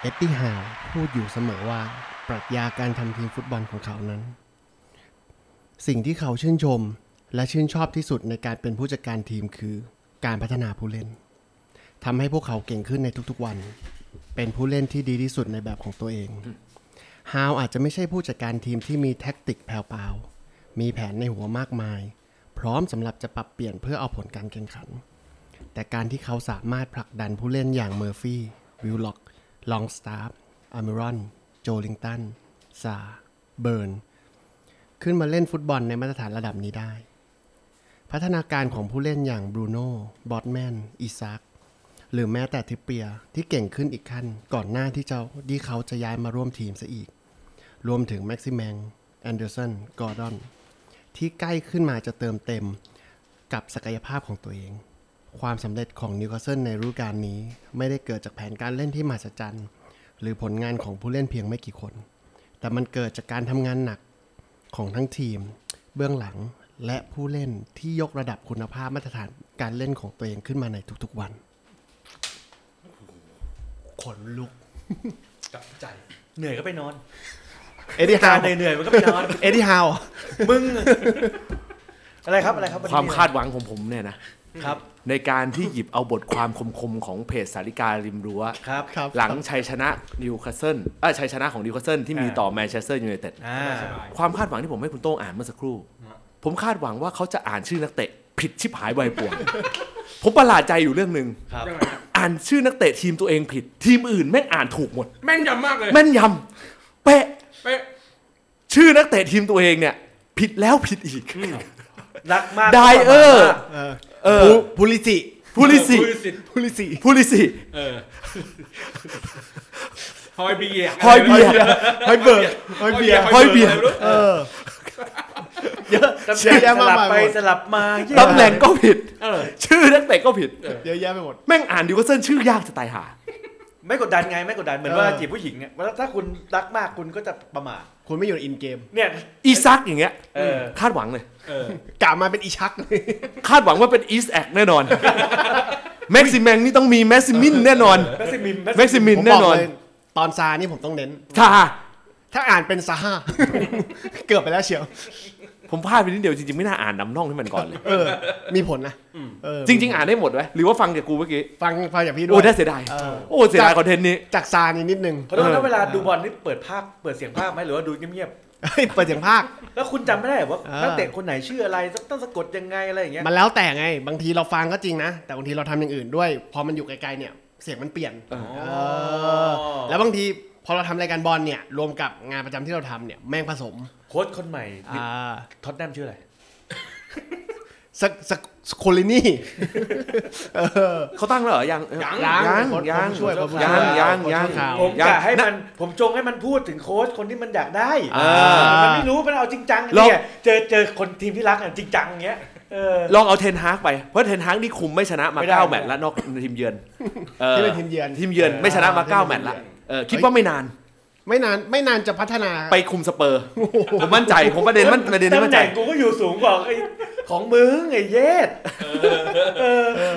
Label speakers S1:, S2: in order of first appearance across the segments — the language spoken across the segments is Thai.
S1: เอ็ดดี้ฮาวพูดอยู่เสมอว่าปรัชญาการทำทีมฟุตบอลของเขานั้น สิ่งที่เขาชื่นชมและชื่นชอบที่สุดในการเป็นผู้จัดการทีมคือการพัฒนาผู้เล่นทำให้พวกเขาเก่งขึ้นในทุกๆวัน เป็นผู้เล่นที่ดีที่สุดในแบบของตัวเองฮาวอาจจะไม่ใช่ผู้จัดการทีมที่มีแท็กติกแผ่วเปล่ามีแผนในหัวมากมาย พร้อมสำหรับจะปรับเปลี่ยนเพื่อเอาผลการแข่งขัน แต่การที่เขาสามารถผลักดันผู้เล่นอย่างเมอร์ฟี่ วิลล็อก ลองสตาร์ฟอามรอน โจลิงตัน ซา เบิร์น ขึ้นมาเล่นฟุตบอลในมาตรฐานระดับนี้ได้ พัฒนาการของผู้เล่นอย่างบรูโน่ บอตแมน อิซัก หรือแม้แต่ทิปเปียร์ที่เก่งขึ้นอีกขั้นก่อนหน้าที่เจ้าที่เขาจะย้ายมาร่วมทีมซะอีก รวมถึงแม็กซิแมง แอนเดอร์สัน กอร์ดอน ที่ใกล้ขึ้นมาจะเติมเต็มกับศักยภาพของตัวเอง ความสำเร็จของนิวคาสเซิลในฤดูกาลนี้ ไม่ได้เกิดจากแผนการเล่นที่มหัศจรรย์ หรือผลงานของผู้เล่นเพียงไม่กี่คน แต่มันเกิดจากการทำงานหนักของทั้งทีม เบื้องหลังและผู้เล่นที่ยกระดับคุณภาพมาตรฐานการเล่นของตัวเองขึ้นมาในทุกๆวัน ขนลุก
S2: จับใจ เหนื่อยก็ไปนอน
S1: เอ็ดดี้ฮาว
S2: เหนื่อยเหนื่อยๆมันก็ไปนอน
S1: เอ็ดดี้ฮาว
S2: มึง อะไรครับอะไรครับน
S3: ค
S2: นี้
S3: วามคาดหวังของผมเนี่ยนะ
S2: ครับ
S3: ในการที่หยิบเอาบทความคมๆ ของเพจสาริการิมรั้ว
S2: ครับ
S1: ครับ
S3: หลังชัยชนะนิวคาสเซิลเออชัยชนะของนิวคาสเซิลที่มี
S2: อ่า
S3: ต่อแมนเชสเตอร์ยูไนเต็ด
S2: อ่า
S3: ความคาดหวังที่ผมให้คุณโต้งอ่านเมื่อสักครู่ ผมคาดหวังว่าเขาจะอ่านชื่อนักเตะ ผิดชิบหายไวายป่วง ผมประหลาดใจอยู่เรื่องหนึ่ง
S2: ครับ
S4: ยังไงอะ
S3: อ่านชื่อนักเตะทีมตัวเองผิด ทีมอื่นแม่งอ่านถูกหมด
S4: แม่นยำมากเลย
S3: แม่นยำเป๊ะ
S4: เป๊ะ
S3: ชื่อนักเตะทีมตัวเองเนี่ย ผิดแล้วผิดอีก
S2: รักมาก
S3: ไดเออร์
S1: เออ
S3: เออ
S1: พูลิจิ
S3: พูลิสิ
S4: พูลิสิ
S1: พูลิจิ
S3: พูลิสิ
S4: เออฮอยเบียร์
S3: ฮอยเบียร์
S1: ไฮเบิร์กไฮเบียร์
S4: ฮอยเบียร์
S1: เออ
S3: เยอะ
S2: ตำ
S1: เชี
S2: แหน่
S1: ยร์
S2: ง
S1: แย่
S2: ส
S1: มา
S2: ลั
S1: ก
S2: บไป
S1: หมด
S2: สลับมา
S3: ตำแหน่งก็ผิด
S4: เออ
S3: ชื่อนักเตะก็ผิด
S1: เยอะแยะไปหมด
S3: แม่งอ่านดิวคาสเซิลชื่อยากจะตายห่า
S2: ไม่กดดันไงไม่กดดันเหมือน
S1: เออ
S2: ว่าจีบผู้หญิงเนี่ยว่าถ้าคุณรักมากคุณก็จะประมาท
S1: คุณไม่อยู่ในอินเกม
S2: เนี่ย
S3: อีซักอย่างเงี้ย
S2: เออ
S3: คาดหวังเลย
S4: เออก
S1: ลับมาเป็นอีชัก เลย
S3: คาดหวังว่าเป็นอีสแอกแน่นอน แม็กซิแมงนี่ต้องมีแม็กซิมินแน่นอน
S2: แม็กซิมิน
S3: แม็กซิมิน
S1: ผมบ
S3: แน่
S1: อก
S3: นอน
S1: เลยตอนซานี่ผมต้องเน้น
S3: ทา
S1: ถ้าอ่านเป็นซา ฮา เกือบไปแล้วเชียว
S3: ผมพลาดไปนิดเดียวจริงๆ ไม่น่าอ่านนำน่องให้มันก่อนเลย
S1: เออ มีผลนะเออ
S3: จริง ๆ อ่านได้หมดไหมหรือว่าฟังจากกูเมื่อกี้
S1: ฟังฟังจากพี่ด้ว
S3: โอ้
S1: ย
S3: ได้เสียดาย
S1: เออ
S3: โอ้เสียดายคอนเทนต์นี้
S1: จากซานี่นิดนึง
S2: ขอโทษ
S3: เอ
S2: นะ
S3: อ
S2: เวลาดูบอลนี่เปิดภาคเปิดเสียงภาคไหมหรือว่าดูเงียบ
S1: เฮ้ยเปิดเสียงภาค
S2: ๆแล้วคุณจำไม่ได้เหรอว่า
S1: เออ
S2: นักเตะคนไหนชื่ออะไรต้องสะกดยังไงอะไรอย่างเงี้ย
S1: มันแล้วแต่ไง บางทีเราฟังก็จริงนะ แต่บางทีเราทำอย่างอื่นด้วย พอมันอยู่ไกลๆเนี่ย เสียงมันเปลี่ยน
S2: อ๋อ
S1: เออ แล้วบางทีพอเราทำรายการบอลเนี่ย รวมกับงานประจำที่เราทำเนี่ย แม่งผสม
S2: โค้ชคนใหม่
S1: อ่า
S2: ท็อตแนมชื่ออะไร
S1: สักสักโคลินี่ เออ
S3: เขาตั้งแล้วเหรอ ยังเออ
S4: ยัง
S1: ยัง
S3: ยัง
S1: คน
S3: ยัง
S1: ผู้ช่วยคนผู้ช่วย
S3: ยังยัง
S1: คนผู้ช่วย
S3: ยัง
S1: ข่าว
S2: ผม
S3: ยัง
S2: กะให้มันผมจงให้มันพูดถึงโค้ชคนที่มันอยากได้
S3: อ่า
S2: แต่มันไม่รู้มันเอาจริงจัง
S3: ลอง
S2: เนี่ยเจอเจอคนทีมที่รักอ่ะจริงจังเงี้ยเออ
S3: ลองเอาเทนฮากไป เพราะเทนฮากนี่คุมไม่ชนะมา
S2: ไม่ได้
S3: เก้าแมตช์แล้วนอกทีมเยือนเออ
S1: ที่เป็นทีมเยือน
S3: ทีมเยือนไม่ชนะมา
S1: อ่า
S3: เก้าแมตช์ละ
S1: ที่เป็นทีมเยือน
S3: เออคิดว่าไม่นาน
S1: ไม่นานไม่นานจะพัฒนา
S3: ไปคุมสเปอร์ผมมั่นใจผมประเด็นมันประเด็นนี้
S2: ตำ
S3: มั่น
S2: แห
S3: ใจ
S2: น่งกูก็อยู่สูงกว่าไอ้ของมึงไอ้เยสเอ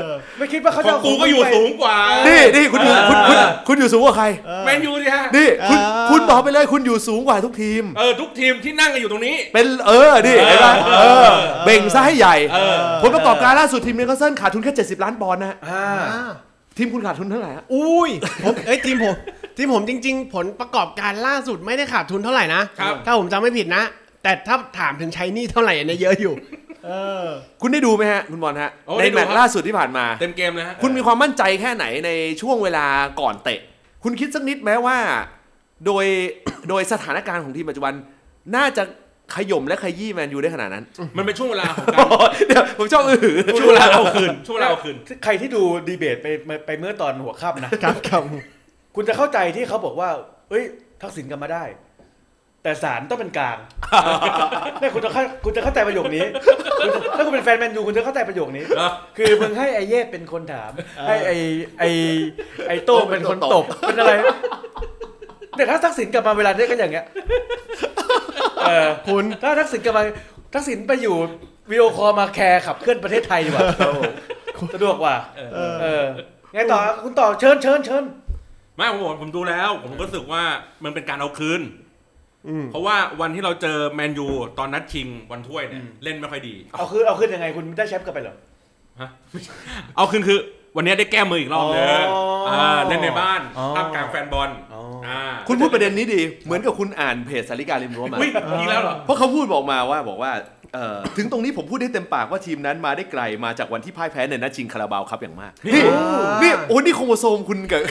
S2: อ ไม่คิดว่าเขา
S4: ข
S2: จะ
S4: อง
S2: เา
S4: กูก็อยู่
S2: ไป
S4: สูงกว่า
S3: นี่นี่คุณอยู่คุณคุณคุณอยู่สูงกว่าใคร
S4: แมนยูสิฮะ
S3: นี่คุณ
S1: เออ
S3: คุณบอกไปเลยคุณอยู่สูงกว่าทุกทีม
S4: เออทุกทีมที่นั่งกันอยู่ตรงนี้
S3: เป็นเออนี่เห็นไหมเออ เบ่งซะให้ใหญ่
S4: เออ
S3: ผลประกอบการล่าสุดทีมนิวคาสเซิลขาดทุนแค่ 70 ล้านปอนด์นะฮะ
S2: อ่า
S1: อ่า
S3: ทีมคุณขาดทุนเท่าไหร่ฮะ
S1: อุ้ยผมเอ้ยทีมผมทีมผมจริง ๆ ผลประกอบการล่าสุดไม่ได้ขาดทุนเท่าไหร่นะ
S4: ครับ
S1: ถ้าผมจำไม่ผิดนะ แต่ถ้าถามถึงใช้หนี่เท่าไหร่อันเนี่ยเยอะอยู่ เออ
S3: คุณได้ดูไหมฮะ คุณบอลฮะ
S4: โอ้
S3: ใน
S4: ได้ดู
S3: แมต
S4: ครั
S3: ช์
S4: บ
S3: ล่าสุดที่ผ่านมา
S4: เต็มเกมเลยฮะ
S3: คุณมีความมั่นใจแค่ไหนในช่วงเวลาก่อนเตะ คุณคิดสักนิดไหมว่า โดย โดยสถานการณ์ของทีมปัจจุบัน น่าจะขย่มและขยี้แมนยูได้ขนาดนั้น
S4: มันเป็นช่วงเวลาของกา
S3: โอ้
S4: ร
S3: โห เดี๋ยวผมชอบอือหือ
S4: ช่วงเวลาเอาคืนช่วงเวลาเอาคืน
S2: ใครที่ดูดีเบตไปไปเมื่อตอนหัวค่ำนะ
S1: ครับครับ
S2: คุณจะเข้าใจที่เขาบอกว่า เอ้ย ทักษิณกลับมาได้ แต่ศาลต้องเป็นกลาง เนี่ยคุณจะเข้าคุณจะเข้าใจประโยคนี้คุณจะถ้าคุณเป็นแฟนแมนยูคุณจะเข้าใจประโยคนี้
S4: เหรอ
S2: คือมึงให้ไอเย่เป็นคนถาม ให้ไอไอไอโต้งเป็นคนตบ เป็นอะไร แต่ถ้าทักษิณกลับมาเวลาเนี้ยก็อย่างเงี้ย เออ
S1: คุณ
S2: ถ้าทักษิณกลับมาทักษิณไปอยู่วิดีโอคอลมาแคร์ขับเคลื่อนประเทศไทยดีกว่าสะดวกกว่า
S1: เออ
S2: เออไงต่อคุณต่อเชิญเชิญเชิญ
S4: ไม่ผมบอกผมดูแล้ว ผมก็รู้สึกว่ามันเป็นการเอาคืน เพราะว่าวันที่เราเจอแมนยูตอนนัดชิงวันถ้วยเนี่ยเล่นไม่ค่อยดี
S2: เอาคืนเอาคืนยังไงคุณได้แชมป์กลับไปเหรอ
S4: เอาคืนคือ วันนี้ได้แก้มืออีกรอบนึง
S2: อ๋ออ่
S4: าเล่นในบ้าน
S2: อ๋อ
S4: ท่ามกลางแฟนบอล
S2: อ๋อ
S4: ่า
S3: คุณพูดประเด็นนี้ดี เหมือนกับคุณอ่านเพจสาริกาลิมรั้วมา
S4: อุ๊ยอีกแล้วเหรอ
S3: เพราะเขาพูดบอกมาว่าบอกว่าเอ่อถึงตรงนี้ผมพูดได้เต็มปากว่าทีมนั้นมาได้ไกลมาจากวันที่พ่ายแพ้ในนัดชิงคาราบาวครับอย่างมาก
S4: นี่
S3: นี่
S2: โอ้
S3: นี่โอ้นี่โครโมโซมคุณกับ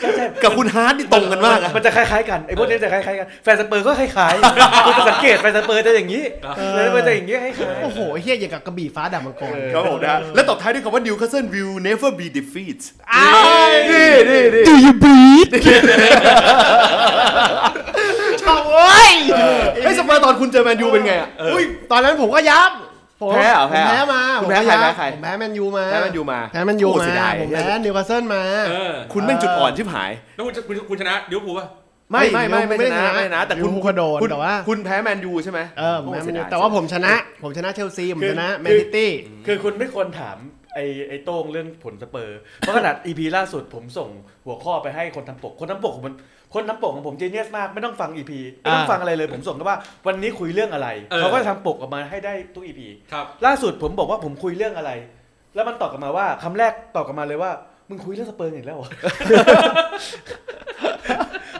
S2: ใช่ใช่
S3: กับคุณฮาร์ดนี่ตรงกันมากอะ
S2: มันจะคล้ายๆกันไอ้พวกนี้จะคล้ายๆกันแฟนสเปอร์ก็คล้ายๆคุณสังเกตแฟนสเปอร์จะอย่างนี้
S1: เออ
S2: แล้วมันจะอย่างนี้คล้าย
S1: โอ้โหไอ้เฮียอย่างกับกระบี่ฟ้าดาบมังกร
S3: ครับผมนะฮะและตบท้ายด้วยคำว่า Newcastle will never be defeat
S1: อ้าว
S3: นี่นี่นี่
S1: Do you bleed ชอบ เว้ย
S3: ไอ้ยสเปอร์ตอนคุณเจอแมนยูเป็นไงอะ
S1: อุ้ยตอนนั้นผมก็ยับผม
S3: แพ้เหรอแพ้
S1: ผม
S3: เหรอ
S1: แพ้มา
S3: คุณ
S1: ผม
S3: แพ้
S1: ก็ยับ
S3: ใครแพ้ใคร
S1: ผมแพ้แมนยูมา
S3: แพ้แมนยูมา
S1: แพ้แมนยู
S3: โอ้
S1: มา
S3: เสียดาย
S1: ผมแพ้นิวคาสเซิลมา
S4: เออ
S3: คุณแม่งจุดอ่อนชิบหาย
S4: แล้วคุณจะคุณคุณชนะลิเวอร์พูลป่ะ
S3: ไม่ไม่ไม่ไม่
S1: ไม่
S3: ช
S1: ได้
S3: นะไม่ชนะแต่คุณ
S1: ลิเวอร์พูลก็โดน
S3: คุณ
S1: แต่ว่า
S3: คุณแพ้แมนยูใช่ไหม
S1: เออผมแพ้แม
S3: โเสี
S1: น
S3: ย
S1: ยู
S3: ดย
S1: แต่ว่าผมชนะ ผมชนะเชลซีผมชนะแมนซิตี้
S2: ๆคือคุณไม่ควรถามไอ้ไอ้โต้งเรื่องผลสเปอร์เพราะขนาด EP ล่าสุดผมส่งหัวข้อไปให้คนทำปก คนทำปกของผมคนทำปกของผมเจเนียสมากไม่ต้องฟัง EP ไม่ต้อง
S1: อ่า
S2: ฟังอะไรเลย ผมส่งก็ว่าวันนี้คุยเรื่องอะไร
S4: เออ
S2: เขาก็ทำปกออกมาให้ได้ทุก EP
S4: ครับ
S2: ล่าสุดผมบอกว่าผมคุยเรื่องอะไร แล้วมันตอบกลับมาว่าคำแรกตอบกลับมาเลยว่า มึงคุยเรื่องสเปอร์อีกแล้ว เหรอ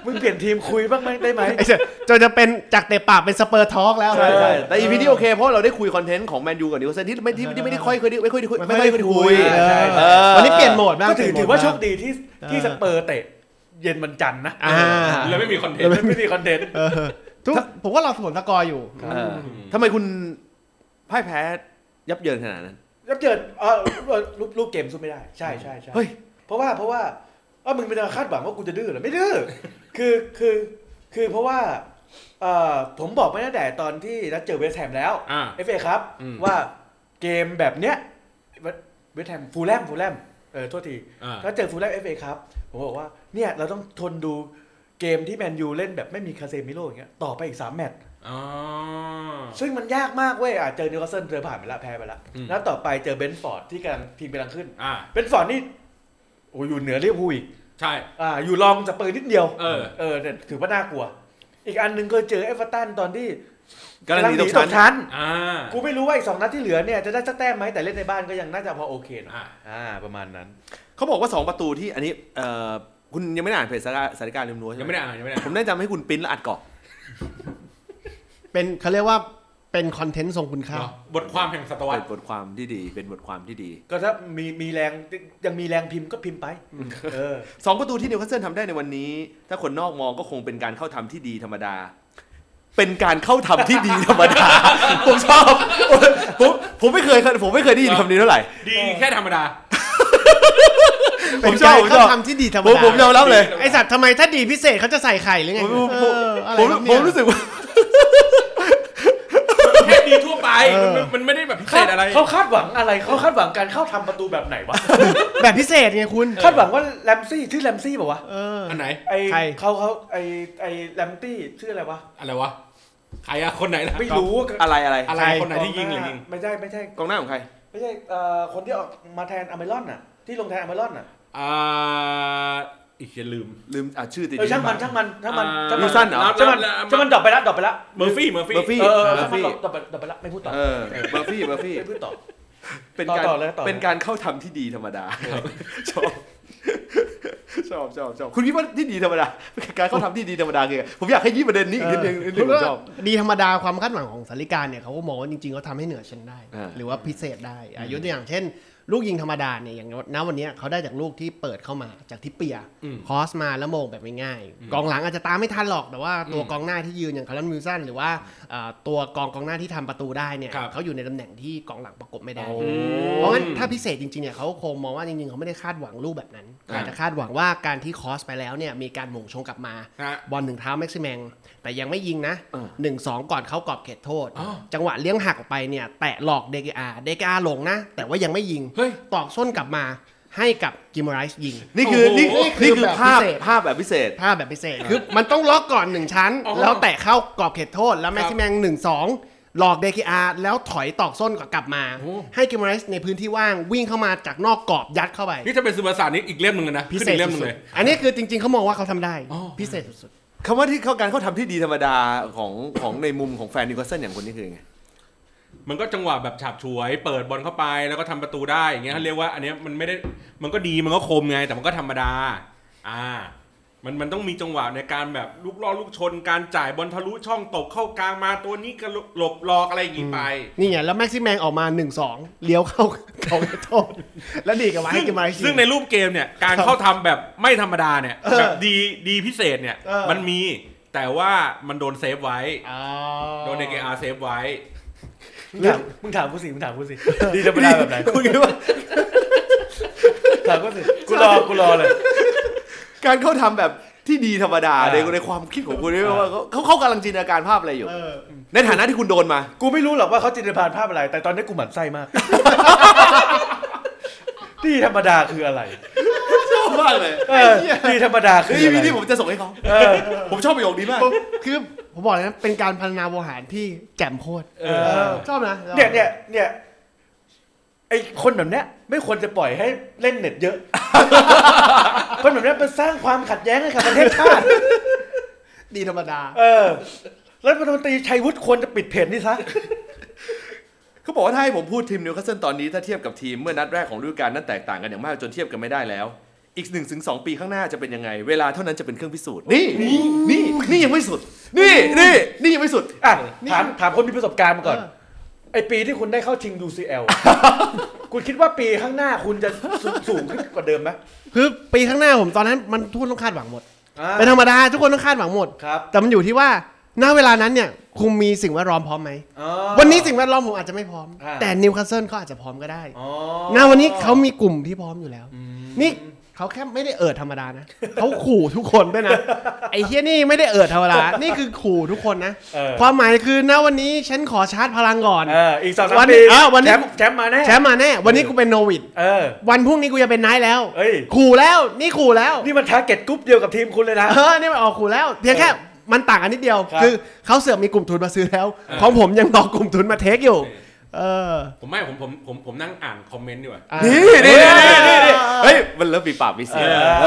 S2: มึงเปลี่ยนทีมคุยบ้างไหมได้ไหม
S1: ไอ้เจ้าจนจะเป็นจากเตะปากเป็นสเปอร์ทอล์กแล้ว
S3: ใช่ใช่
S2: เออ
S3: แต่อีพีนี้โอเค เพราะเราได้คุยคอนเทนต์ของแมนยูกับนิวคาสเซิลที่ไม่ที่ที่ไม่ได้ค่อยเคยได้ไม่ค่อยได้คุย
S1: มัน
S3: ไม่ค่อยได้คุย
S2: เออ
S3: เออ
S1: วันนี้เปลี่ยนโหมดบ้าง
S2: ก็ถือ
S1: เปลี่
S2: ถื
S1: ยน
S2: อ
S1: โหมด
S2: ว่าโช
S1: บ้ง
S2: คดีที่ที่สเปอร์เตะ เย็นวันจันทร์นะ
S1: อ่า
S4: เลยไม่มีคอนเทน
S2: เออ
S4: ต์
S2: ไม่มีคอนเทนต์
S1: เออทุกผมว่าเราสมผลสกอร์อยู่
S3: เออทำไมคุณพ่ายแพ้ยับเยินขนาดนั้น
S2: ยับเยินเออรูปรูปเกมสู้ไม่ได้ ใช่ใช่ใช่
S3: เฮ้ย
S2: เพราะว่าเพราะว่าเอ้ามึงไม่ได้คาดหวังว่ากูจะดื้อเหรอไม่ดื้อ คือคือคือเพราะว่าเอ่อผมบอกไปตั้งแต่ตอนที่นัดเจอเวสต์แฮมแล้ว
S4: อ่า
S2: เอฟเอครับ
S4: อืม
S2: ว่าเกมแบบเนี้ยเวเวสต์แฮมฟูลแลมฟูลแลมเออโทษที
S4: อ่า
S2: ถ้าเจอฟูลแลมเอฟเอครับผมบอกว่าเนี่ยเราต้องทนดูเกมที่แมนยูเล่นแบบไม่มีคาเซมิโร่อย่างเงี้ยต่อไปอีก 3 แมตช์
S4: อ๋อ
S2: ซึ่งมันยากมากเว้ยอ่ะเจอนิวคาสเซิลเธอผ่านไปละแพ้ไปละ
S4: อืม
S2: แล้วต่อไปเจอเบนฟอร์ดที่กำลังทีมกำลังขึ้น
S4: อ่า
S2: เบนฟอร์ดนี่โอ้ยอยู่เหนือลิเวอร์พูลอีก
S4: ใช่
S2: อ่าอยู่รองสเปอร์นิดเดียว
S4: เออ
S2: เออเนี่ยถือว่าน่ากลัว อีกอันหนึ่งเคยเจอเอเวอร์ตันตอนที่
S3: กำลังหนีตก
S2: กำ
S3: ชั้
S2: ลัง
S3: น
S2: หชั้น
S4: อ่า
S2: กูไม่รู้ว่าอีกสองนัดที่เหลือเนี่ยจะได้สักแต้มไหมแต่เล่นในบ้านก็ยังน่าจะพอโอเคหนะ
S4: อ่า
S2: อ่าประมาณนั้น
S3: เขาบอกว่า 2 ประตูที่อันนี้เอ่อคุณยังไม่ได้อ่านเพจสาริกาสาริการิมรั้วใช่
S4: ยัง
S3: ไหม
S4: ไม่ได้อ่านยังไม่ได้อ่าน
S3: ผมได้จำให้คุณปริ้นและอัดกรอบ
S1: เป็นเขาเรียกว่าเป็นคอนเทนต์ทรงคุณค่า
S4: เหรอบทความแห่งศตวรร
S3: เป็น
S4: ษ
S3: บทความที่ดี เป็นบทความที่ดี
S2: ก็ถ้ามีมีแรงยังมีแรงพิมพ์ก็พิมพ์ไปเออ
S3: สองประตูที่นิวคาสเซิลทำได้ในวันนี้ ถ้าคนนอกมองก็คงเป็นการเข้าทำที่ดีธรรมดา เป็นการเข้าทำที่ดีธรรมดา ผมชอบผมผมไม่เคยผมไม่เคยได้ยินคำนี้เท่าไหร่
S4: ดีแค่ธรรมดา
S1: เป็
S3: ผม
S1: น
S3: ชอบ
S1: การเขา
S3: ผมชอบ
S1: ทำที่ดีธรรม
S3: ผม
S1: ดา
S3: ผมยอมรับเลย
S1: ไอสัตว์ทำไมถ้าดีพิเศษเขาจะใส่ไข่หรือไง
S3: ผมผม
S1: เอ
S3: ผม
S1: ออะไร
S3: ผม
S1: ครับ
S3: ผ
S1: เนี่ย
S3: มรู้สึกว่า
S4: แค่ดีทั่วไป
S1: เออ
S4: มันมันไม่ได้แบบพิเศษอะไร
S2: เขาคาดหวังอะไรเขาคาดหวังการเข้าทำประตูแบบไหนวะ
S1: แบบพิเศษไงคุณ
S2: คาดหวังว่าแรมซี่ชื่อแรมซี่ป่าวะ
S1: เออ
S4: อันไหน
S2: ไอ
S1: ใคร
S2: เขาเขาไอไอแรมตี้ชื่ออะไรวะ
S4: อะไรวะ ใครอะคนไหนนะ
S2: ไม่รู้
S3: อะไรอะไร
S4: อะไร
S1: ใคร
S4: คนไหนที่ยิงหรือยิง
S2: ไม่ใช่ไม่ใช่
S3: กองหน้าของใคร
S2: ไม่ใช่เอ่อคนที่ออกมาแทนอเมรอนน่ะ ที่ลงแทนอเมรอนน่ะ
S4: อ่า อีกอย่าลืม
S3: ลืมอ่ะชื่อติด
S2: เออช่างมันช่างมันช่างมัน
S4: อ่า
S2: ช่างมั
S3: วิลสันเหรอ
S2: ช่างมันช่างมันดรอปไปละดรอปไปละ
S4: เมอร์ฟี่ เมอร์ฟี่
S3: เมอร์ฟี่
S2: เออ
S3: เบอร์
S2: ช่างมัน
S3: ฟี่
S2: ดรอปดรอปไปดรอปไปละไม่พูดต่อ
S3: เออเบอร์ฟี่เบอร์ฟี่
S2: ไม่พูดต่อ
S3: เป็น
S2: ต่อ
S3: การ
S2: ต่อเลยต่อเลย
S3: เป็นการเข้าทำที่ดีธรรม ดาชอบชอบชอบชอบคุณคิดว่าที่ดีธรรมดาการเข้าทำที่ดีธรรมดาคือไงผมอยากให้ยี่ประเด็นนี้อีกนิดนึ งนิดนึงผมชอบ
S1: ดีธรรมดาความคาดหวังของสาริการเนี่ยเขาก็มองว่าจริงๆเขาทำให้เหนือชั้นได้
S3: อ่า
S1: หรือว่าพิเศษได้อายุตัวอย่างเช่น ลูกยิงธรรมดาเนี่ยอย่างณวันเนี้ยเขาได้จากลูกที่เปิดเข้ามาจากทิปเปียร์
S4: อืม
S1: คอสมาแล้วโมงแบบง่ายๆกองหลังอาจจะตามไม่ทันหรอกแต่ว่าตัว
S4: อืม
S1: กองหน้าที่ยืนอย่างคาร์ลมิวสันหรือว่าเอ่อตัวกองกองหน้าที่ทำประตูได้เนี่ย
S4: ครับ
S1: เขาอยู่ในตำแหน่งที่กองหลังประกบไม่ได้
S4: โอ้
S1: เพราะงั้นถ้าพิเศษจริงๆเนี่ยเขาคงมองว่าจริงๆเขาไม่ได้คาดหวังรูปแบบนั้น
S4: อ่า
S1: อาจจะคาดหวังว่าการที่คอสไปแล้วเนี่ยมีการหม่งชงกลับมา
S4: ฮะ
S1: บอลหนึ่งเท้าแม็กซิแมงแต่ยังไม่ยิงนะ
S3: อ่า
S1: หนึ่งสองก่อนเข้ากรอบเขตโทษ
S4: อ้าว
S1: จังหวะเลี้ยงหักออกไปเนี่ย แตะหลอกเดกอาเดกอาหลงนะ แต่ว่ายังไม่ยิง
S4: เฮ้ย
S1: ตอกส้นกลับมาให้กับกิมไรส์ยิง
S3: นี่คือนี่
S4: โอ้โห
S3: นี่คือภาพ
S1: นี่คือแบบพิเศษ
S3: ภาพแบบ
S1: ภาพแบบ
S3: พิเศษ
S1: พิเศษ คือมันต้องล็อกก่อนหนึ่งชั้น
S4: อ๋อ
S1: แล้วแตะเข้ากรอบเขตโทษ แล้วแม็กซิแมงหนึ่งสอง หลอกเดคิอาแล้วถอยตอกส้นกลับมา
S4: โอ้
S1: ให้กิมเมอเรสในพื้นที่ว่างวิ่งเข้ามาจากนอกกรอบยัดเข้าไป
S4: นี่จะเป็นสุภาษานี่อีกเล่มหนึ่งเลยนะ
S1: พิ
S4: ขึ้น
S1: เศ
S4: อี
S1: ษ
S4: กเล่มหนึ่ง
S1: สุด
S4: เลย
S1: ๆอันนี้คือจริง ๆเขามองว่าเขาทำได้
S4: อ๋อ
S1: พิเศษสุด
S3: คำว่าที่เขาการเขาทำที่ดีธรรมดาของของในมุมของแฟนนิวคาสเซิลอย่างคนนี้คือไง
S4: มันก็จังหวะแบบฉาบฉวย เปิดบอลเข้าไปแล้วก็ทำประตูได้อย่างเงี้ยเขาเรียกว่าอันเนี้ยมันไม่ได้มันก็ดีมันก็คมไง แต่มันก็ธรรมดา อ่า มันมันต้องมีจังหวะในการแบบลูกล่อลูกชน การจ่ายบอลทะลุช่องตบเข้ากลางมาตัวนี้ก็หลบหลอกอะไรอย่างงี้ไป
S1: ๆนี่ไงแล้วแม็กซิแมงออกมา 1-2 เลี้ยวเข้า เขาโทษแล้วดีดกลับมาให้
S4: ซึ่ง
S1: กิมเมอเรส
S4: ซึ่งในรูปเกมเนี่ยการเข้าทำแบบไม่ธรรมดาเนี่ยแบบดีดีพิเศษเนี่ย
S1: เออ
S4: มันมีแต่ว่ามันโดนเซฟไว้
S1: อ๋อ
S4: โดนเอเกอาเซฟไว้
S2: มึงถามมึงถามกูสิมึงถามกูสิดีธรรมดาแบบไหน
S3: คุณคิดว่า
S2: ถามกูสิกูรอกูรอเลย
S3: การเขาทำแบบที่ดีธรรมดา
S2: อ่า
S3: ในในความคิดของคุณนี่ว่าเขาเขาเขากำลังจินตนาการภาพอะไรอยู่
S1: เออ
S3: ในฐานะที่คุณโดนมา
S2: กูไม่รู้หรอกว่าเขาจินตนาการภาพอะไร แต่ตอนนี้กูหมั่นไส้มาก ดีธรรมดาคืออะไร
S3: ชอบมากเลย
S2: เออดีธรรมดาคื
S3: คืออ
S2: อะ
S3: วี
S2: ไร
S3: นี้ผมจะส่งให้เขา
S2: เออ
S3: ผมชอบประโยคนี้มาก
S1: ผมคือผมบอกเลยนะเป็นการพัฒนาโวหารที่แจ่มโคตร
S2: เออ
S1: ชอบนะ
S2: เนี่ยเนี่ยเนี่ยไอคนแบบเนี้ยไม่ควรจะปล่อยให้เล่นเน็ตเยอะ คนแบบเนี้ยมันสร้างความขัดแย้งให้กับประเทศชาติ
S1: ดีธรรมดา
S2: เออรัฐมนตรีชัยวุฒิควรจะปิดเพจนี่ซะ
S3: เขาบอกว่าถ้าให้ผมพูดทีมนิวคาสเซิลตอนนี้ถ้าเทียบกับทีมเมื่อนัดแรกของฤดูกาลนั้นแตกต่างกันอย่างมากจนเทียบกันไม่ได้แล้ว อีก1นถึงสปีข้างหน้าจะเป็นยังไง เวลาเท่านั้นจะเป็นเครื่องพิสูจน์นี่นี่นี่ยังไม่สุด นี่นี่นี่ยังไม่สุด
S2: อ่ะ
S1: นี่
S2: ถามถามคนมีประสบการณ์มาก่อน
S1: เออ
S2: ไอปีที่คุณได้เข้าชิง UCL คุณคิดว่าปีข้างหน้าคุณจะสูสูงขึ้นกว่าเดิมไหม
S1: คือปีข้างหน้าผมตอนนั้นมันทุกคนต้องคาดหวังหมด
S2: อ่า
S1: เป็นธรรมดาทุกคนต้องคาดหวังหมด
S2: ครับ
S1: แต่มันอยู่ที่ว่าณเวลานั้นเนี่ยคุณมีสิ่งแวดล้อมพร้อมไหม
S2: อ๋อ
S1: วันนี้สิ่งแวดล้อมผมอาจจะไม่พร้อม
S2: อ่า
S1: แต่นิวคาสเซิลเขาอาจจะพร้อมก็ได้
S2: อ๋อ
S1: ณวันนี้เขามีกลุ่มที่พร้อมอยู่แล้ว นี่เขาแค่ไม่ได้เอิดธรรมดานะ เขาขู่ทุกคนด้วยนะ ไอ้เฮียนี่ไม่ได้เอิดธรรมดา นี่คือขู่ทุกคนนะ
S2: เออ
S1: ความหมายคือณวันนี้ฉันขอชาร์จพลังก่อน
S2: เอออีกสองสาม
S1: วันนี้
S2: ปี
S1: เออวันนี้
S2: แชมป์แชมป์มาแน่
S1: แชมป์มาแน่ วันนี้กูเป็นโนวิด
S2: เออ
S1: วันพรุ่งนี้กูจะเป็นไนท์แล้ว
S2: เอ้ย
S1: ขู่แล้ว นี่ขู่แล้ว
S2: นี่มันทาร์เก็ตกรุ๊ปเดียวกับทีมคุณเลยนะ
S1: เออ นี่มันออกขู่แล้ว เพียงแค่ มันต่างกันนิดเดียว
S2: ครับ
S1: คือเขาเสือกมีกลุ่มทุนมาซื้อแล้ว ของผมยังรอกลุ่มทุนมาเทคอยู่ เออ
S4: ผมไม่ผมผมผมผมนั่งอ่านคอมเมนต์ดีกว่า
S1: อ่ะ
S3: นี่นี่นี่นี่นี่นี่เฮ้ย มันเริ่มปีปากปีเสียง
S2: เออ
S3: เอ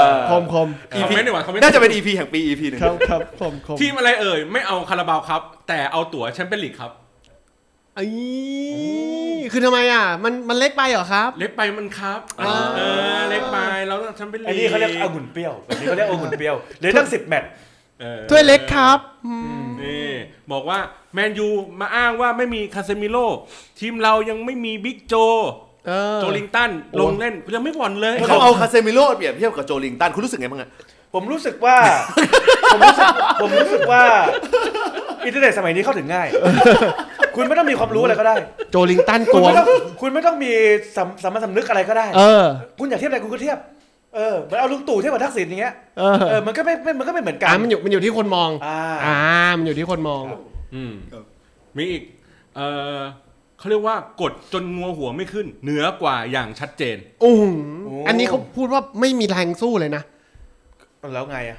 S3: อ
S1: คมคม
S4: คอมเมนต์ดีกว่าคอมเมนต์
S3: น่าจะเป็น EP แห่งปี EP หนึ่ง
S1: ครับครับคมคม
S4: ทีมอะไรเอ่ย ไม่เอาคาราบาวครับ แต่เอาตั๋วแชมเปี้ยนลีกครับ
S1: ไอ้คือทำไมอ่ะ มันมันเล็กไปเหรอครับ
S4: เล็กไปมันครับ
S1: อ่า
S4: เออ เล็กไปเราต้องแชมเปี้ยนลีก
S2: อันนี้เขาเรียกองุ่นเปรี้ยวอันนี้เขาเรียกองุ่นเปรี้ยวเหลยตั้งสิบแมตช์
S4: เออ
S1: ถ้วยเล็กครับอืม
S4: นี่บอกว่าแมนยูมาอ้างว่าไม่มีคาเซมิโร่ทีมเรายังไม่มีบิ๊กโจ
S1: เออ
S4: โจลิงตัน
S1: โอ้
S4: ลงเล่นยังไม่บอลเลย
S3: เขาเอาคาเซมิโร่เปรียบเทียบกับโจลิงตันคุณรู้สึกไงบ้างอะ
S2: ผมรู้สึก ว่า ผมรู้สึกผมรู้สึกว่า อินเทอร์เน็ตสมัยนี้เข้าถึงง่าย คุณไม่ต้องมีความรู้อะไรก็ได้
S1: โจลิงตันโก
S2: คุ
S1: ง
S2: ณไม่ต้องคุณไม่ต้องมีสัมสัมมาสำนึกอะไรก็ได้
S1: เออ
S2: คุณอยากเทียบอะไรคุณก็เทียบ เออเหมือนเอาลุงตู่เทียบกับทักษิณอย่างเงี้ย
S1: เออ
S2: เออ มันก็ไม่ไม่มันก็ไม่เหมือนกั
S1: อ่าน มันอยู่มันอยู่ที่คนมอง
S2: อ่า
S1: อ่า มันอยู่ที่คนมอง
S2: ครับ
S4: อืมมีอีก เออเขาเรียกว่ากดจนงัวหัวไม่ขึ้น เหนือกว่าอย่างชัดเจน
S1: โอ้โห
S2: โอ้
S1: อันนี้เขาพูดว่าไม่มีแรงสู้เลยนะ
S2: แล้วไงอ่ะ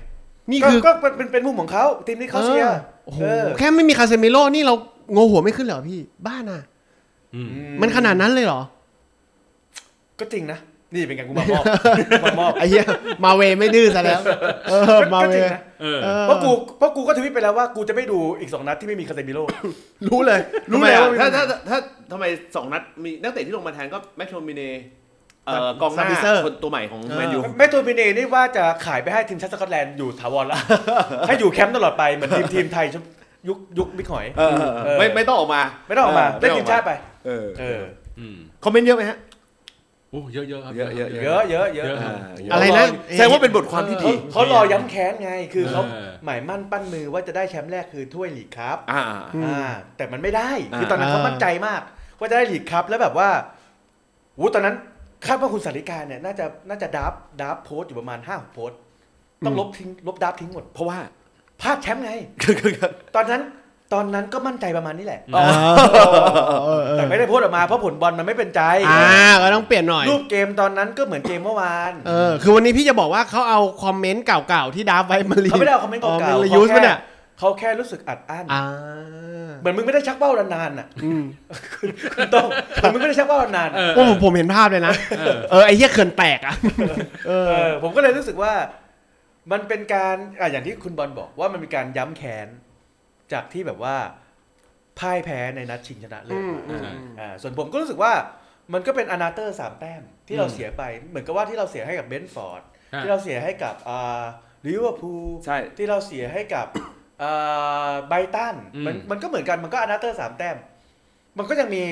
S1: นี่คือ
S2: ก็ก็เป็นเป็นมุมของเขาทีมนี้เขาเชียร์
S1: ออโอ้โห
S2: เออ
S1: แค่ไม่มีคาเซมิโร่นี่เราโงหัวไม่ขึ้นเหรอพี่ บ้าน่ะ
S4: อืม
S1: มันขนาดนั้นเลยเหรอ
S2: ก็จริงนะ นี่เป็นไงกูมามอบมามอบ
S1: ไอ้เหี้ย มาเวไม่ดื้อซะแล้ว เออ มา
S2: ก็
S1: เว
S2: จริงนะ
S4: เออ
S1: ออ
S2: เพราะกูเพราะกูก็ทวิตไปแล้วว่ากูจะไม่ดูอีกสองนัดที่ไม่มีคาเซมิโร่
S1: รู้เลย รู้
S3: ทำไม
S1: เลย
S3: อะ
S1: ว่ามี
S3: ถ้าถ้าถ้าถ้าทำไมสองนัดมีนักเตะที่ลงมาแทนก็แมคโทมิเนเอ่อกองหน้าคนตัวใหม่ของแมนยู
S2: แม่ตัวพินเอนี่ว่าจะขายไปให้ทีมชาติสกอตแลนด์อยู่ถาวรแล้ว ให้อยู่แคมป์ตลอดไป เหมือนทีมทีมไทยชุดยุคยุคบิ๊กหอย
S3: เออเออเออไม่ไม่ต้องออกมา
S2: ไม่ต้องออกมาเล่นทีมชาติไป
S3: เออ
S2: เออ
S4: อืม
S3: คอมเมนต์เยอะไหมฮะ
S4: โอ้เยอะเยอะๆครับ
S3: เยอะๆเยอะๆ
S2: เยอะเยอะเยอะ
S4: เยอะ
S3: อ่า
S1: อะไรนะ
S3: แสดงว่าเป็นบทความที่ดี
S2: เขารอย้ำแค้นไง คือเขา
S4: เออ
S2: หมายมั่นปั้นมือว่าจะได้แชมป์แรกคือถ้วยลีกครับ
S3: อ่า
S2: อ่า แต่มันไม่ได้ คือ
S3: เออ
S2: ตอนนั้นเขา
S1: เออ
S2: มั่นใจมาก ว่าจะได้ลีกครับ แล้วแบบว่าวูตอนนั้นคาดว่าคุณสาริกาเนี่ยน่าจะน่าจะดับดับโพสต์อยู่ประมาณห้าโพสต์ต้องลบทิ้งลบดับทิ้งหมด
S3: เพราะว่า
S2: พลาดแชมป์ไง ตอนนั้นตอนนั้นก็มั่นใจประมาณนี้แหละ
S1: เออเออเออ
S2: แต่ไม่ได้พูดออกมาเพราะผลบอลมันไม่เป็นใจ
S1: อ่าก็ต้องเปลี่ยนหน่อย
S2: รูปเกมตอนนั้นก็เหมือนเกมเมื่อวาน
S1: เออ คือวันนี้พี่จะบอกว่าเขาเอาคอมเมนต์เก่าๆที่ดับไว้มารี
S2: เขาไม่ได้เอาคอมเมนต์เก่า
S1: อ๋อมั
S2: ๆ
S1: นรียูส
S2: เขา
S1: มัน
S2: แค่
S1: อ่ะ
S2: เขาแค่รู้สึกอัดอั้น
S1: อ่า
S2: เหมือนมึงไม่ได้ชักเป้านานๆน่ะ
S1: อืม
S2: คุณต้องเหมือนมึงไม่ได้ชักเป้านานๆ
S4: เอ
S2: น่ะ
S4: อ
S1: โอ้ผมผมเห็นภาพเลยนะ
S4: เออ
S1: เออไอ้เหี้ยเขินแตกอ่ะ เอ
S2: เอ
S1: อ
S2: อผมก็เลยรู้สึกว่า มันเป็นการอ่ะอย่างที่คุณบอลบอกว่ามันเป็นการย้ำแค้นจากที่แบบว่าพ่ายแพ้ในนัดชิงชนะเลิศมา
S4: อืม
S2: อ่าส่วนผมก็รู้สึกว่ามันก็เป็นอนาเตอร์สามแต้มที่เราเสียไปเหมือนกับว่าที่เราเสียให้กับเบนท์ฟอร์ด
S4: ฮะ
S2: ที่เราเสียให้กับอ่าลิเวอร์พูล
S3: ใช่
S2: ที่เราเสียให้กับอ่าไบรตัน
S4: อืม
S2: มันมันก็เหมือนกันมันก็อนาเตอร์สามแต้ม มันก็ยังมี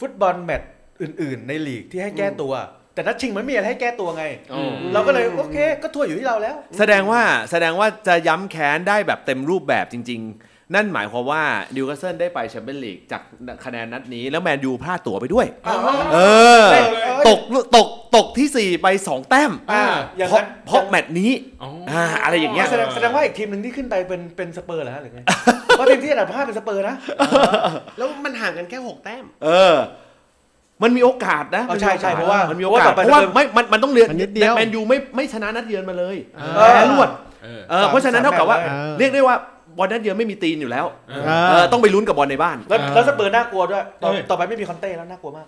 S2: ฟุตบอลแมตช์อื่น ๆ ในลีกที่ให้แก้ตัว แต่นัดชิงมันไมมีอะไรให้แก้ตัวไง
S3: อืม
S2: เราก็เลยโอเค ก็ทัวร์อยู่ที่เราแล้ว
S3: แสดงว่าแสดงว่าจะย้ำแค้นได้แบบเต็มรูปแบบจริง ๆ นั่นหมายความว่านิวคาสเซิลได้ไปแชมเปี้ยนลีกจากคะแนนนัดนี้ แล้วแมนยูพลาดตั๋วไปด้วย
S2: อ๋อ
S3: เออ
S2: เออ
S3: ตกตกตกที่ 4 ไป 2 แต้ม
S2: อ่าอย่าง
S3: เพราะ
S2: นั้น
S3: เพราะแมตช์นี้
S4: อ๋อ
S3: อ่าอะไรอย่างเงี้ย
S2: แสดงแสดงว่าอีกทีมหนึ่งที่ขึ้นไปเป็นเป็นสเปอร์แล้วหรือไงเพราะทีมที่อันดับห้าเป็นสเปอร์นะ
S1: แล้วมันห่างกันแค่หกแต้ม
S3: เออ มันมีโอกาสนะ
S2: อ๋อใช่ใช่เพราะว่าน
S3: มีโอกาส
S2: เพ
S3: เพ
S2: ราะ
S3: ราะ
S2: ว่า
S3: ว่าไม่มันมันต้องเรียน
S1: มันนิดเดียว
S3: แมนยูไม่ไม่ชนะนัดเยือนมาเลย
S1: อ่า
S3: แพ้รวด
S4: เออ
S3: เออเพราะฉะนั้น
S2: สาม
S3: เท่ากับว่า
S2: แมตช์เลย
S3: เรียกได้ว่าบอลนัดเยือนไม่มีตีนอยู่แล้ว
S4: เอ
S3: เออต้องไปลุ้นกับบอลในบ้าน
S2: แล้ว
S1: อ่า
S2: แล้วสเปอร์น่ากลัวด้วยต่อ
S4: เอ้ย
S2: ต่อไปไม่มีคอนเต้แล้วน่ากลัวมาก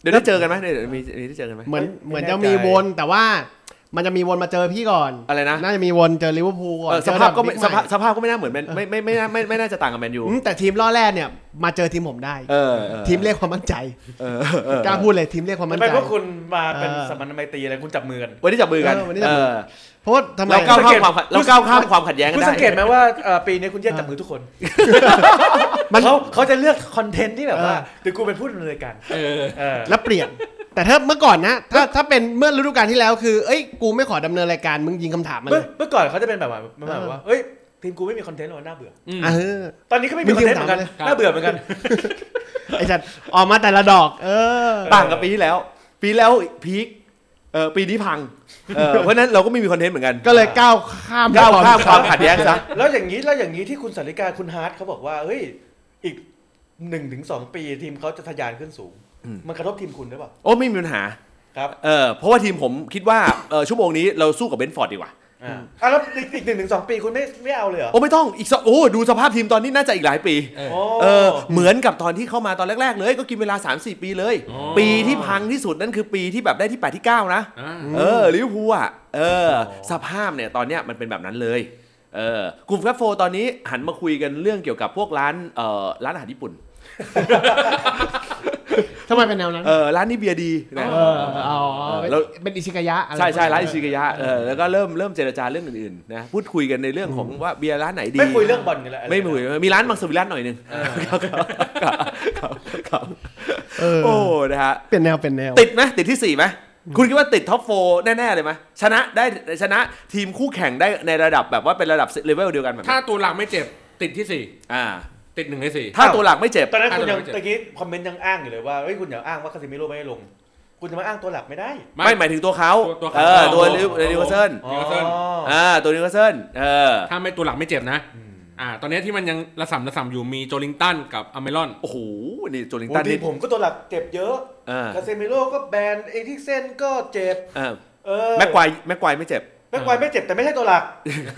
S3: เดี๋ยวได้เจอกันไหมเดี๋ยวมีมีได้เจอกันไหม
S1: เหมือน
S2: ไม่
S1: เหมือน
S2: แน่
S1: จะ
S2: ใจ
S1: มีวนแต่ว่า มันจะมีวนมาเจอพี่ก่อน
S3: อะไรนะ
S1: น่าจะมีวนเจอลิเวอร์พูลก่อน
S3: เออ
S1: เจ
S3: ส
S1: อ
S3: ภาพก็ไม่
S1: บิ๊
S3: ส
S1: ให
S3: ภาพสภาพก็ไม่น่าเหมือนแมนไม่ไม่ไม่น่าไม่ไม่น่าจะต่างกับแมนยู
S1: อืมแต่ทีมล่อแรกเนี่ย มาเจอทีมผมได้
S3: เออเออ
S1: ทีมเรียกความมั่นใจ
S3: เออเออก
S1: ล้าพูดเลยทีมเรียกความมั่
S2: ทำ
S1: น
S2: ไม
S1: ใจ
S2: พวกคุณมาเป็น
S1: เออ
S2: สมานไมตรีอะไรคุณจับมือกัน
S3: วันนี้จับมือกัน
S1: เออวันนี้จับมือ
S3: เออ
S1: เพราะว่าทำไม
S3: เราก้าวข้ามความขัดเราก้าวข้ามความขัดแย้งกั
S2: คุณ
S3: นได้
S2: สังเกตไหมว่าเอ่อปีนี้คุณแยกจับมือทุกคน
S1: มัน
S2: เขาเขาจะเลือกคอนเทนต์ที่แบบว่า
S1: เออ
S2: เดี๋ยวกูเป็นผู้ดำเนินการ
S4: เออ
S2: เออ
S1: แล้วเปลี่ยน แต่ถ้าเมื่อก่อนนะ ถ้าถ้าเป็นเมื่อฤดูกาลที่แล้วคือ เอ้ยกูไม่ขอดำเนินรายการมึงยิงคำถามมาเล
S2: เมื่อย เมื่อก่อนเขาจะเป็นแบบว่าประมาณ
S1: เออ
S2: ว่าเอ้ยทีมกูไม่มีคอนเทนต์หรอกน่าเบื่อ
S4: อืม
S1: เออ
S2: ตอนนี้ก็ไม่มีคอนเทนต์เหมือนกัน
S1: มีทีมสามเลย
S2: น่าเบื่อเหมือนกัน
S1: ไอ้จัดออกมาแต่ละดอก เออ
S3: ต่างกับปีที่แล้ว ปีแล้วพีคเออปีนี้พังเออเพราะฉะนั้นเราก็ไม่มีคอนเทนต์เหมือนกัน
S1: ก็เลยก้าวข้าม
S3: ก้าวข้ามความขัดแย้งซะ
S2: แล้วอย่างนี้แล้วอย่างนี้ที่คุณสาริกาคุณฮาร์ดเขาบอกว่าเฮ้ยอีกหนึ่งถึงสองปีทีมเขาจะทะยานขึ้นสูง มันกระทบทีมคุณหรือเปล่า
S3: โอ้ไม่มีปัญหา
S2: ครับ
S3: เออเพราะว่าทีมผมคิดว่าเออชั่วโมงนี้เราสู้กับเบนฟอร์ดดีกว่า
S2: อ่าอ่ะแล้วอีกอีกหนึ่งถึงสองปีคุณไม่ไม่เอาเลยเหรอ
S3: โอ้ไม่ต้องอีกสักโอ้ดูสภาพทีมตอนนี้น่าจะอีกหลายปี
S2: โอ้
S3: เออเหมือนกับตอนที่เข้ามาตอนแรก ๆ เลยก็กินเวลา 3-4 ปีเลย
S4: อ๋อ
S3: ปีที่พังที่สุดนั่นคือปีที่แบบได้ที่ 8 ที่ 9 นะ
S4: อ่า
S3: เออลิเวอร์พูลอ่ะเออ
S2: โอ้
S3: สภาพเนี่ยตอนเนี้ยมันเป็นแบบนั้นเลยเออกลุ่มแฟฟโฟตอนนี้หันมาคุยกันเรื่องเกี่ยวกับพวกร้านเอ่อร้านอาหารญี่ปุ่น
S1: ทำไมเป็นแนวนั้น
S3: เออร้านนี้เบียร์ดีนะ
S1: เอออ๋อเป็น
S3: แล้ว
S1: เป็นอิชิกายะอะไร
S3: ใช่ใช่ร้านอิชิกายะเออแล้วก็เริ่มเริ่มเจรจาเรื่องอื่นๆนะพูดคุยกันในเรื่องของว่าเบียร์ร้านไหนดี
S2: ไม่คุยเรื่องบอลกันแล้วอะร
S3: ไม่คุยมีร้านมังสวิรัตหน่อยหนึงครับครับครับครับ
S1: เออ
S3: โอ้นะฮะ
S1: เปลี่ยนแนวเป็นแนว
S3: ติดไหมติดที่สี่ไหมคุณคิดว่าติดท็อปโฟแน่ ๆ เลยไหมชนะได้ชนะทีมคู่แข่งได้ในระดับแบบว่าเป็นระดับเลเวลเดียวกันแบบ
S4: ถ้า
S3: นี้
S4: ตัวหลักไม่เจ็บติดที่สี่
S3: อ่า
S4: ติดหนึ่งในสี่
S3: ถ้าตัวหลักไม่เจ็บ
S2: ตอนนั้นคุณยัง
S4: อ่ะ
S2: ตะกี้คอมเมนต์ยังอ้างอยู่เลยว่าเฮ้ยคุณอย่าอ้างว่าคาซิมิโร่ไม่ได้ลง คุณจะมาอ้างตัวหลักไม่ได้
S3: ไม่หมายถึงตัวเขา
S4: ตัวเขา
S3: เออตัว
S4: ตัวเขา
S3: นิวคาสเซิล
S4: เดี๋ยวเซิร์น
S2: อ๋ออ่ะ
S3: อ่าตัวนิวคาสเซิลเออ
S4: ถ้าไม่ตัวหลักไม่เจ็บนะ อ่า ตอนนี้ที่มันยังระสำระสำอยู่มีโจลิงตันกับอเมรอน
S3: โอ้โหนี่โจลิง
S2: โอ้
S3: ตัน
S2: ที
S3: นี่
S2: มผมก็ตัวหลักเจ็บเยอะ
S3: อ่า
S2: คาซิมิโร่ก็แบนเอทิกเซนก็เจ็บ
S3: อ่า
S2: เออ
S3: แม็กควายแม็กควายไม่เจ็บ
S2: แม็กควายไม่เจ็บแต่ไม่ใช่ตัวหลั ก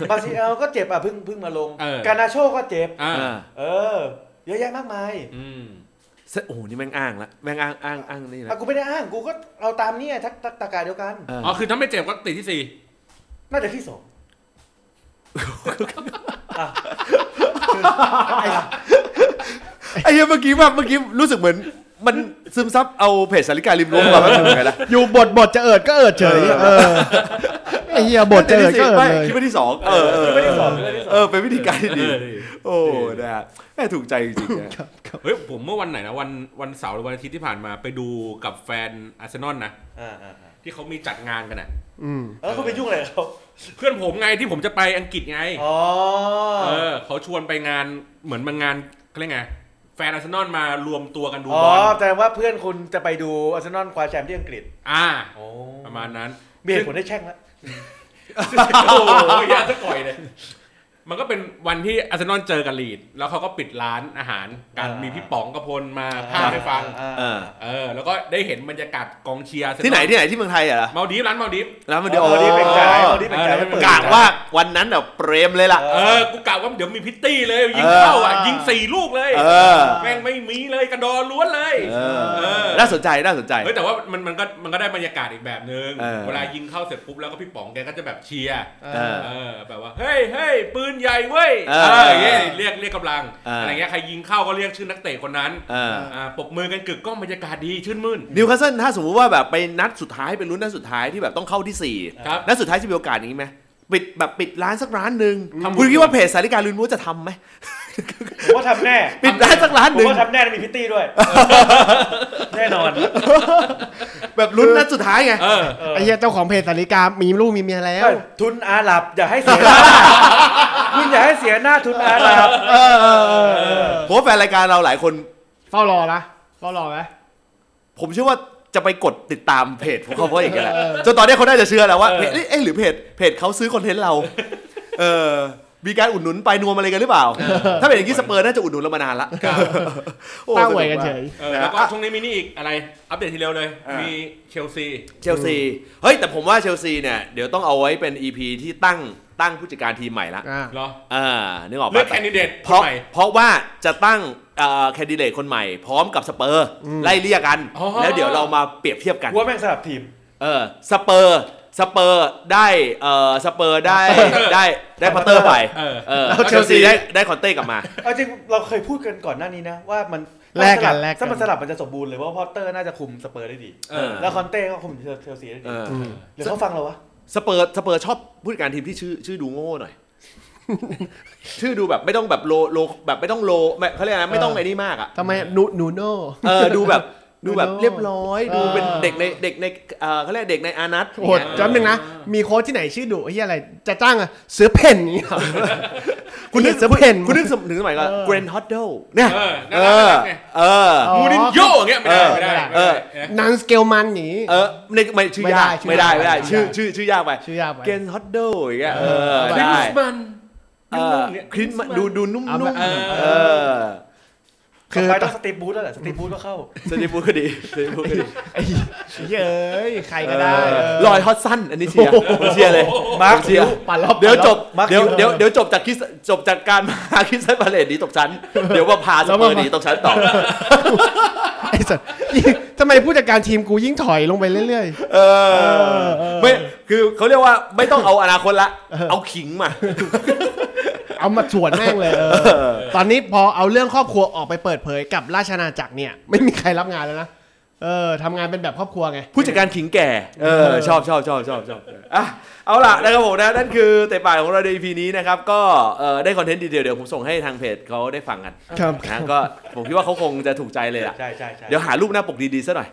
S2: บาซิเอลก็เจ็บอ่ะเพิ่งเพิ่งมาลง
S4: เออ
S2: การนาโชก็เจ็บ
S4: อ่า
S3: อ่า
S2: เออ เยอะแยะมากมาย
S4: อืม
S3: เซโอ้โหนี่แม่งอ้างละแม่งอ้างอ้างอ้างนี่แหละ
S2: อ่ะกูไม่ได้อ้างกูก็เอาตามนี้ทักทักตากาเดียวกัน
S3: เออ
S4: อ๋อ คือถ้าไม่เจ็บก็ติดที่สี่
S2: น่าจะที่สอง
S3: ไอ้เหี้ยเมื่อกี้แบบเมื่อกี้รู้สึกเหมือนมันซึมซับเอาเพจสาริการิมรั้วมาแบบนึงเหมือนกันละ
S1: อยู่บทบทจะเอิดก็เอิดเฉยเออไอ้เหี้ยบทจะเอิดก็เอิดเลย
S3: คิดว่าที่สองเออเออ
S2: ไม่ได้สองไม่ได้สอง
S3: เออเป็นวิธีการที่ดี
S4: เออ
S3: โอ้นะฮะแม่ถูกใจจริงๆนะ
S4: เฮ้ย ผมเมื่อวันไหนนะ วันวันเสาร์หรือวันอาทิตย์ที่ผ่านมาไปดูกับแฟนอาร์เซนอลนะ
S2: อ่าอ่าอ่า
S4: ที่เขามีจัดงานกันน่ะ
S1: อืม
S2: แล้วคุณไปยุ่งอะไรกับเขา
S4: เพื่อนผมไงที่ผมจะไปอังกฤษไง
S2: อ๋อ
S4: เออ เขาชวนไปงานเหมือนมางานเขาเรียกไง แฟนอาร์เซนอลมารวมตัวกันดู
S2: อ๋อบ
S4: อล
S2: แต่ว่าเพื่อนคุณจะไปดูอาร์เซนอลคว้าแชมป์ที่อังกฤษ
S4: อ่า
S2: โอ้
S4: ประมาณนั้น
S2: เบียดผมได้แช่งแล้ว
S4: ซึ่งโอ้โหยาซะก่อยเลย มันก็เป็นวันที่อาร์เซนอลเจอกับลีด แล้วเขาก็ปิดร้านอาหารการมีพี่ป๋องกระพลมาพากย์ให้ฟัง
S2: อ่า
S3: เอ
S2: อ่า
S3: อ
S4: เออ แล้วก็ได้เห็นบรรยากาศกองเชียร์อาร์เซอล
S3: ที่ไหนที่ไหนที่เมืองไทยอ่ะเหรอ
S4: มาดีฟร้านมาดีฟ
S3: แล้วมันเดี๋ยว
S2: อ๋อที่เป็นใจที่เป็นใจ
S4: เออเป็น
S3: กะว่าวันนั้นอ่ะเปรมเลยล่ะ
S4: เออ กูกะว่าเดี๋ยวมีพิตตี้เลยยิง
S3: เออ
S4: เข้าอ่ะ ยิงสี่ลูกเลย
S3: เออ
S4: แม่งไม่มีเลยกระดอล้วนเลย
S3: เออ
S4: เออ
S3: น่าสนใจน่าสนใจ
S4: เฮ้ยแต่ว่ามันมันก็มันก็ได้บรรยากาศอีกแบบนึง
S3: เออ
S4: เวลายิงเข้าเสร็จปุ๊บแล้วก็พี่ป๋องแกก็จะแบบเชียร์
S3: เออ
S4: เออแบบว่าเฮ้ยเฮ้ยปืนใหญ่เว้ย
S3: เออ
S4: เอออย่างเงี้ยเรียกเรียกกำลัง
S3: เอออ
S4: อะไรเงี้ยใครยิงเข้าก็เรียกชื่อนักเตะคนนั้น
S3: เออ
S4: อ่าปรบมือกันกึกก้องบรรยากาศดีชื่นมื่น
S3: นิวคาสเซิลถ้าสมมุติว่าแบบไปนัดสุดท้ายเป็นลุ้นนัดสุดท้ายที่แบบต้องเข้าที่สี่
S4: ครับ
S3: นัดสุดท้ายจะมีโอกาสอย่างนี้ไหมปิดแบบปิดร้านสักร้านหนึ่ง
S4: ทำบุญ
S3: คุณคิดว่าเพจสาริการลืนรู้จะทำไหม
S2: ผมว่าทำแน่
S3: ปิดร้านสักร้าน
S2: ผ
S3: ห
S2: ม
S3: นึ่ง
S2: ว่าทำแน่มีพิตตี้ด้วย แน่นอน
S3: แบบลุ้นนัดสุดท้ายไง
S4: เออ
S2: เออ
S1: ไอ้เหี้ยเจ้าของเพจสาริกามีลูกมีเมียแล้ว
S2: ใช่ทุนอาหรับอย่าให้เสียหน้าคุณอย่าให้เสียหน้าทุนอาหรับ
S3: เออเออเออเออผมว่าแฟนรายการเราหลายคน
S1: เฝ้ารอนะเฝ้ารอไหม
S3: ผมเชื่อว่าจะไปกดติดตามเพจของเขาเพราะอย่างเงี้ยแหละ
S1: เออ
S3: จนตอนเนี้ยเขาได้จะเชื่อแล้วว่า
S4: เออ
S3: เพจเอ๊ะหรือเพจเพจเขาซื้อคอนเทนต์ เราเออมีการอุดหนุนไปนวมอะไรกันหรือเปล่า ถ้าเป็นอย่างนี้สเปอร์น่าจะอุดหนุนเรามานานละ โอ้
S1: ตั้งไว้กัน
S3: ส
S1: เฉ
S3: มาย
S4: เออแล้วก็ช่วงนี้มีนี่อีกอะไร อัปเดตทีเร็วเลย มีเชลซี
S3: เชลซีเฮ้ยแต่ผมว่าเชลซีเนี่ยเดี๋ยวต้องเอาไว้เป็น EP ที่ตั้งตั้งผู้จัดการทีมใหม่ละ
S1: อ่า
S4: เหรอ
S3: อ่านึกออก
S4: เลื
S3: ปะ
S4: อกแคนดิเดต
S3: เพราะ
S4: ใหม่
S3: เพราะว่าจะตั้งแคนดิเดตคนใหม่ พร้อมกับสเปอร์ไล่เรียกกัน
S4: อ๋อ
S3: แล้วเดี๋ยวเรามาเปรียบเทียบกัน
S2: หัวแม่งสลับทีม
S3: เออสเปอร์สเปอร์ได้เออสเปอร์ได้ได้ได้พอตเตอร์ไป
S4: เออ
S3: เออ
S1: แล้
S3: แล้ว
S1: ว
S3: เชลซี
S1: Chelsea
S3: ได้ได้คอนเต้กลับมา
S2: เอาจริงเราเคยพูดกันก่อนหน้านี้นะ ว่ามัน
S1: แลกกัน
S2: ถ้า
S1: แลกกัน
S2: มัสบถ้ามันสลับมันจะสมบูรณ์เลยว่าพอตเตอร์น่าจะคุมสเปอร์ได้ดี
S4: เออ
S2: แล้วคอนเต้ก็คุมเชลซีได้ดี
S3: เออ
S1: อืม
S2: หรือเขาฟังเราวะ
S3: สเปอร์สเปอร์ชอบผู้จัดการทีมที่ชื่อชื่อดูโง่หน่อย ชื่อดูแบบไม่ต้องแบบโลโลแบบไม่ต้องโลไม่เขาเรียกอะไรนะไม่ต้องไอ้นี่มากอ่ะ
S1: ทำไมนูนูโน่
S3: เออดูแบบดูแบบ
S1: ดูโน่
S3: เรียบร้อย ดูเป็น
S1: เออ
S3: เด็กในเด็กในเออเขาเรียกเด็กในอานัท
S1: โหดจำหนึ่งนะ มีโค้ชที่ไหนชื่อดุไอ้เหี้ยอะไร จะจ้างอะเสือเพ่นอย่างเงี้ ยเหรอ
S3: คุณนึก
S1: เสือเพ่น
S3: คุณนึกถึงสมัยก่อน
S1: เออ
S3: เกรนฮอตเดลเนี่ย
S4: เออ
S3: เออ
S4: น่ารักน่ารักไง
S3: เออ
S1: อ๋อ
S4: มูรินโญ่อย่างเงี้ยไม่ได้ไม่ได้
S3: เออ
S4: ไม่ได้
S1: นันสเกลมันอย่างงี้
S3: เออในไม่ชื่อยาก
S1: ไม่
S3: ไม่
S1: ได้
S3: ได้ไม่ได้
S1: ชื่
S3: ชื่อ
S1: อ
S3: ชื่อชื่อยากไป
S1: ชื่อยาวไป
S3: เกนฮอตโดอย่างเงี้ยเออ
S1: เออ
S3: ได้เอ
S4: นุ่
S3: อ
S4: มๆเนี่ย
S3: คริสมาดูดูนุ่ม
S1: เอา
S3: นุ่
S1: ไป
S3: ม
S1: เออ
S3: เออ
S1: คือ
S2: ต่ไปต้องสตีฟบูธแล้วแหละสตีฟบูธก็เข้า
S3: สตีฟูก็ดีสตีฟูก็ดี
S1: ไอ้เหี้ยเอ้ยใครก็ได้
S3: เออ
S1: เล
S3: อยฮอตสั้นอันนี้เชียร์เชียร์เลย
S2: มาร์ค
S3: เชียร์
S1: ปั่นรอบ
S3: เดี๋ยวจบ
S2: มาร์ค
S3: เดี๋ยว
S2: คิว
S3: เดี๋ยวเดี๋ยวจบจากคริสจบจากการมาคริสไซบาเลตหนีตกชั้น เดี๋ยวว่าพาสเปอร์หนีตกชั้นต่อ
S1: ไอ้สัสทำไมผู้จัดการทีมกูยิ่งถอยลงไปเรื่อย
S3: เออ
S1: เออ
S3: ไม่คือเขาเรียกว่าไม่ต้องเอาอนาคตละเอาขิงมา
S1: ๆ เอามาสวนแม่งเลยเออตอนนี้พอเอาเรื่องครอบครัวออกไปเปิดเผยกับราชอาณาจักรเนี่ย ไม่มีใครรับงานแล้วนะ เออทำงานเป็นแบบครอบครัวไง
S3: ผู้จัดการขิงแก่เออชอบชอบชอบชอบชอบอ่ะ เอาล่ะนะครับผมนะนั่นคือเตะป่ายของเราใน EP นี้นะครับ ก็เอ่อได้คอนเทนต์ดีเดียวเดี๋ยวผมส่งให้ทางเพจเขาได้ฟังกัน
S1: ครับ
S3: นะก็ผมคิดว่าเขาคงจะถูกใจเลยล่ะ
S2: ใช่ใช่ใช่
S3: เดี๋ยวหารูปหน้าปกดีๆซะหน่ อย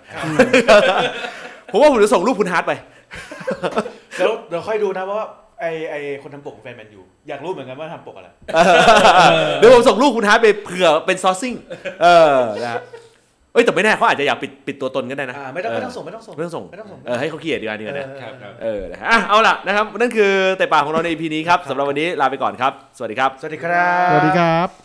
S3: ผมว่าผมจะส่งรูปคุณฮา ร์ดไป
S2: เดี๋ยวเดี๋ยวค่อยดูนะว่าไอไอคนทำปกของแฟนแมนยูอยากรู้เหมือนกันว่าทำปกอะไร
S3: เดี๋ยวผมส่งรูปคุณฮาร์ดไปเผื่อเป็นซอร์ซิ่งเออนะฮะเอ้ยแต่ไม่แน่เขาอาจจะอยากปิดปิดตัวตนก็ได้นะ
S2: อ่าไม่ต้องไม่ต้อง
S3: เ
S2: ส่งไม่ต้องส่ง
S3: ไม่ต้องส่ง
S2: ไม่ต้องส่ง
S3: เออให้เขาเกลียดดีกว่าดีกว่านะ
S4: ครับครับ
S3: เออนะฮะอ่ะเอาล่ะนะครับนั่นคือเตะป่ากของเราใน EP นี้ครับสำหรับวันนี้ลาไปก่อนครับ สวัสดีครับ
S2: สวัสดีครับ
S1: สวัสดีครับ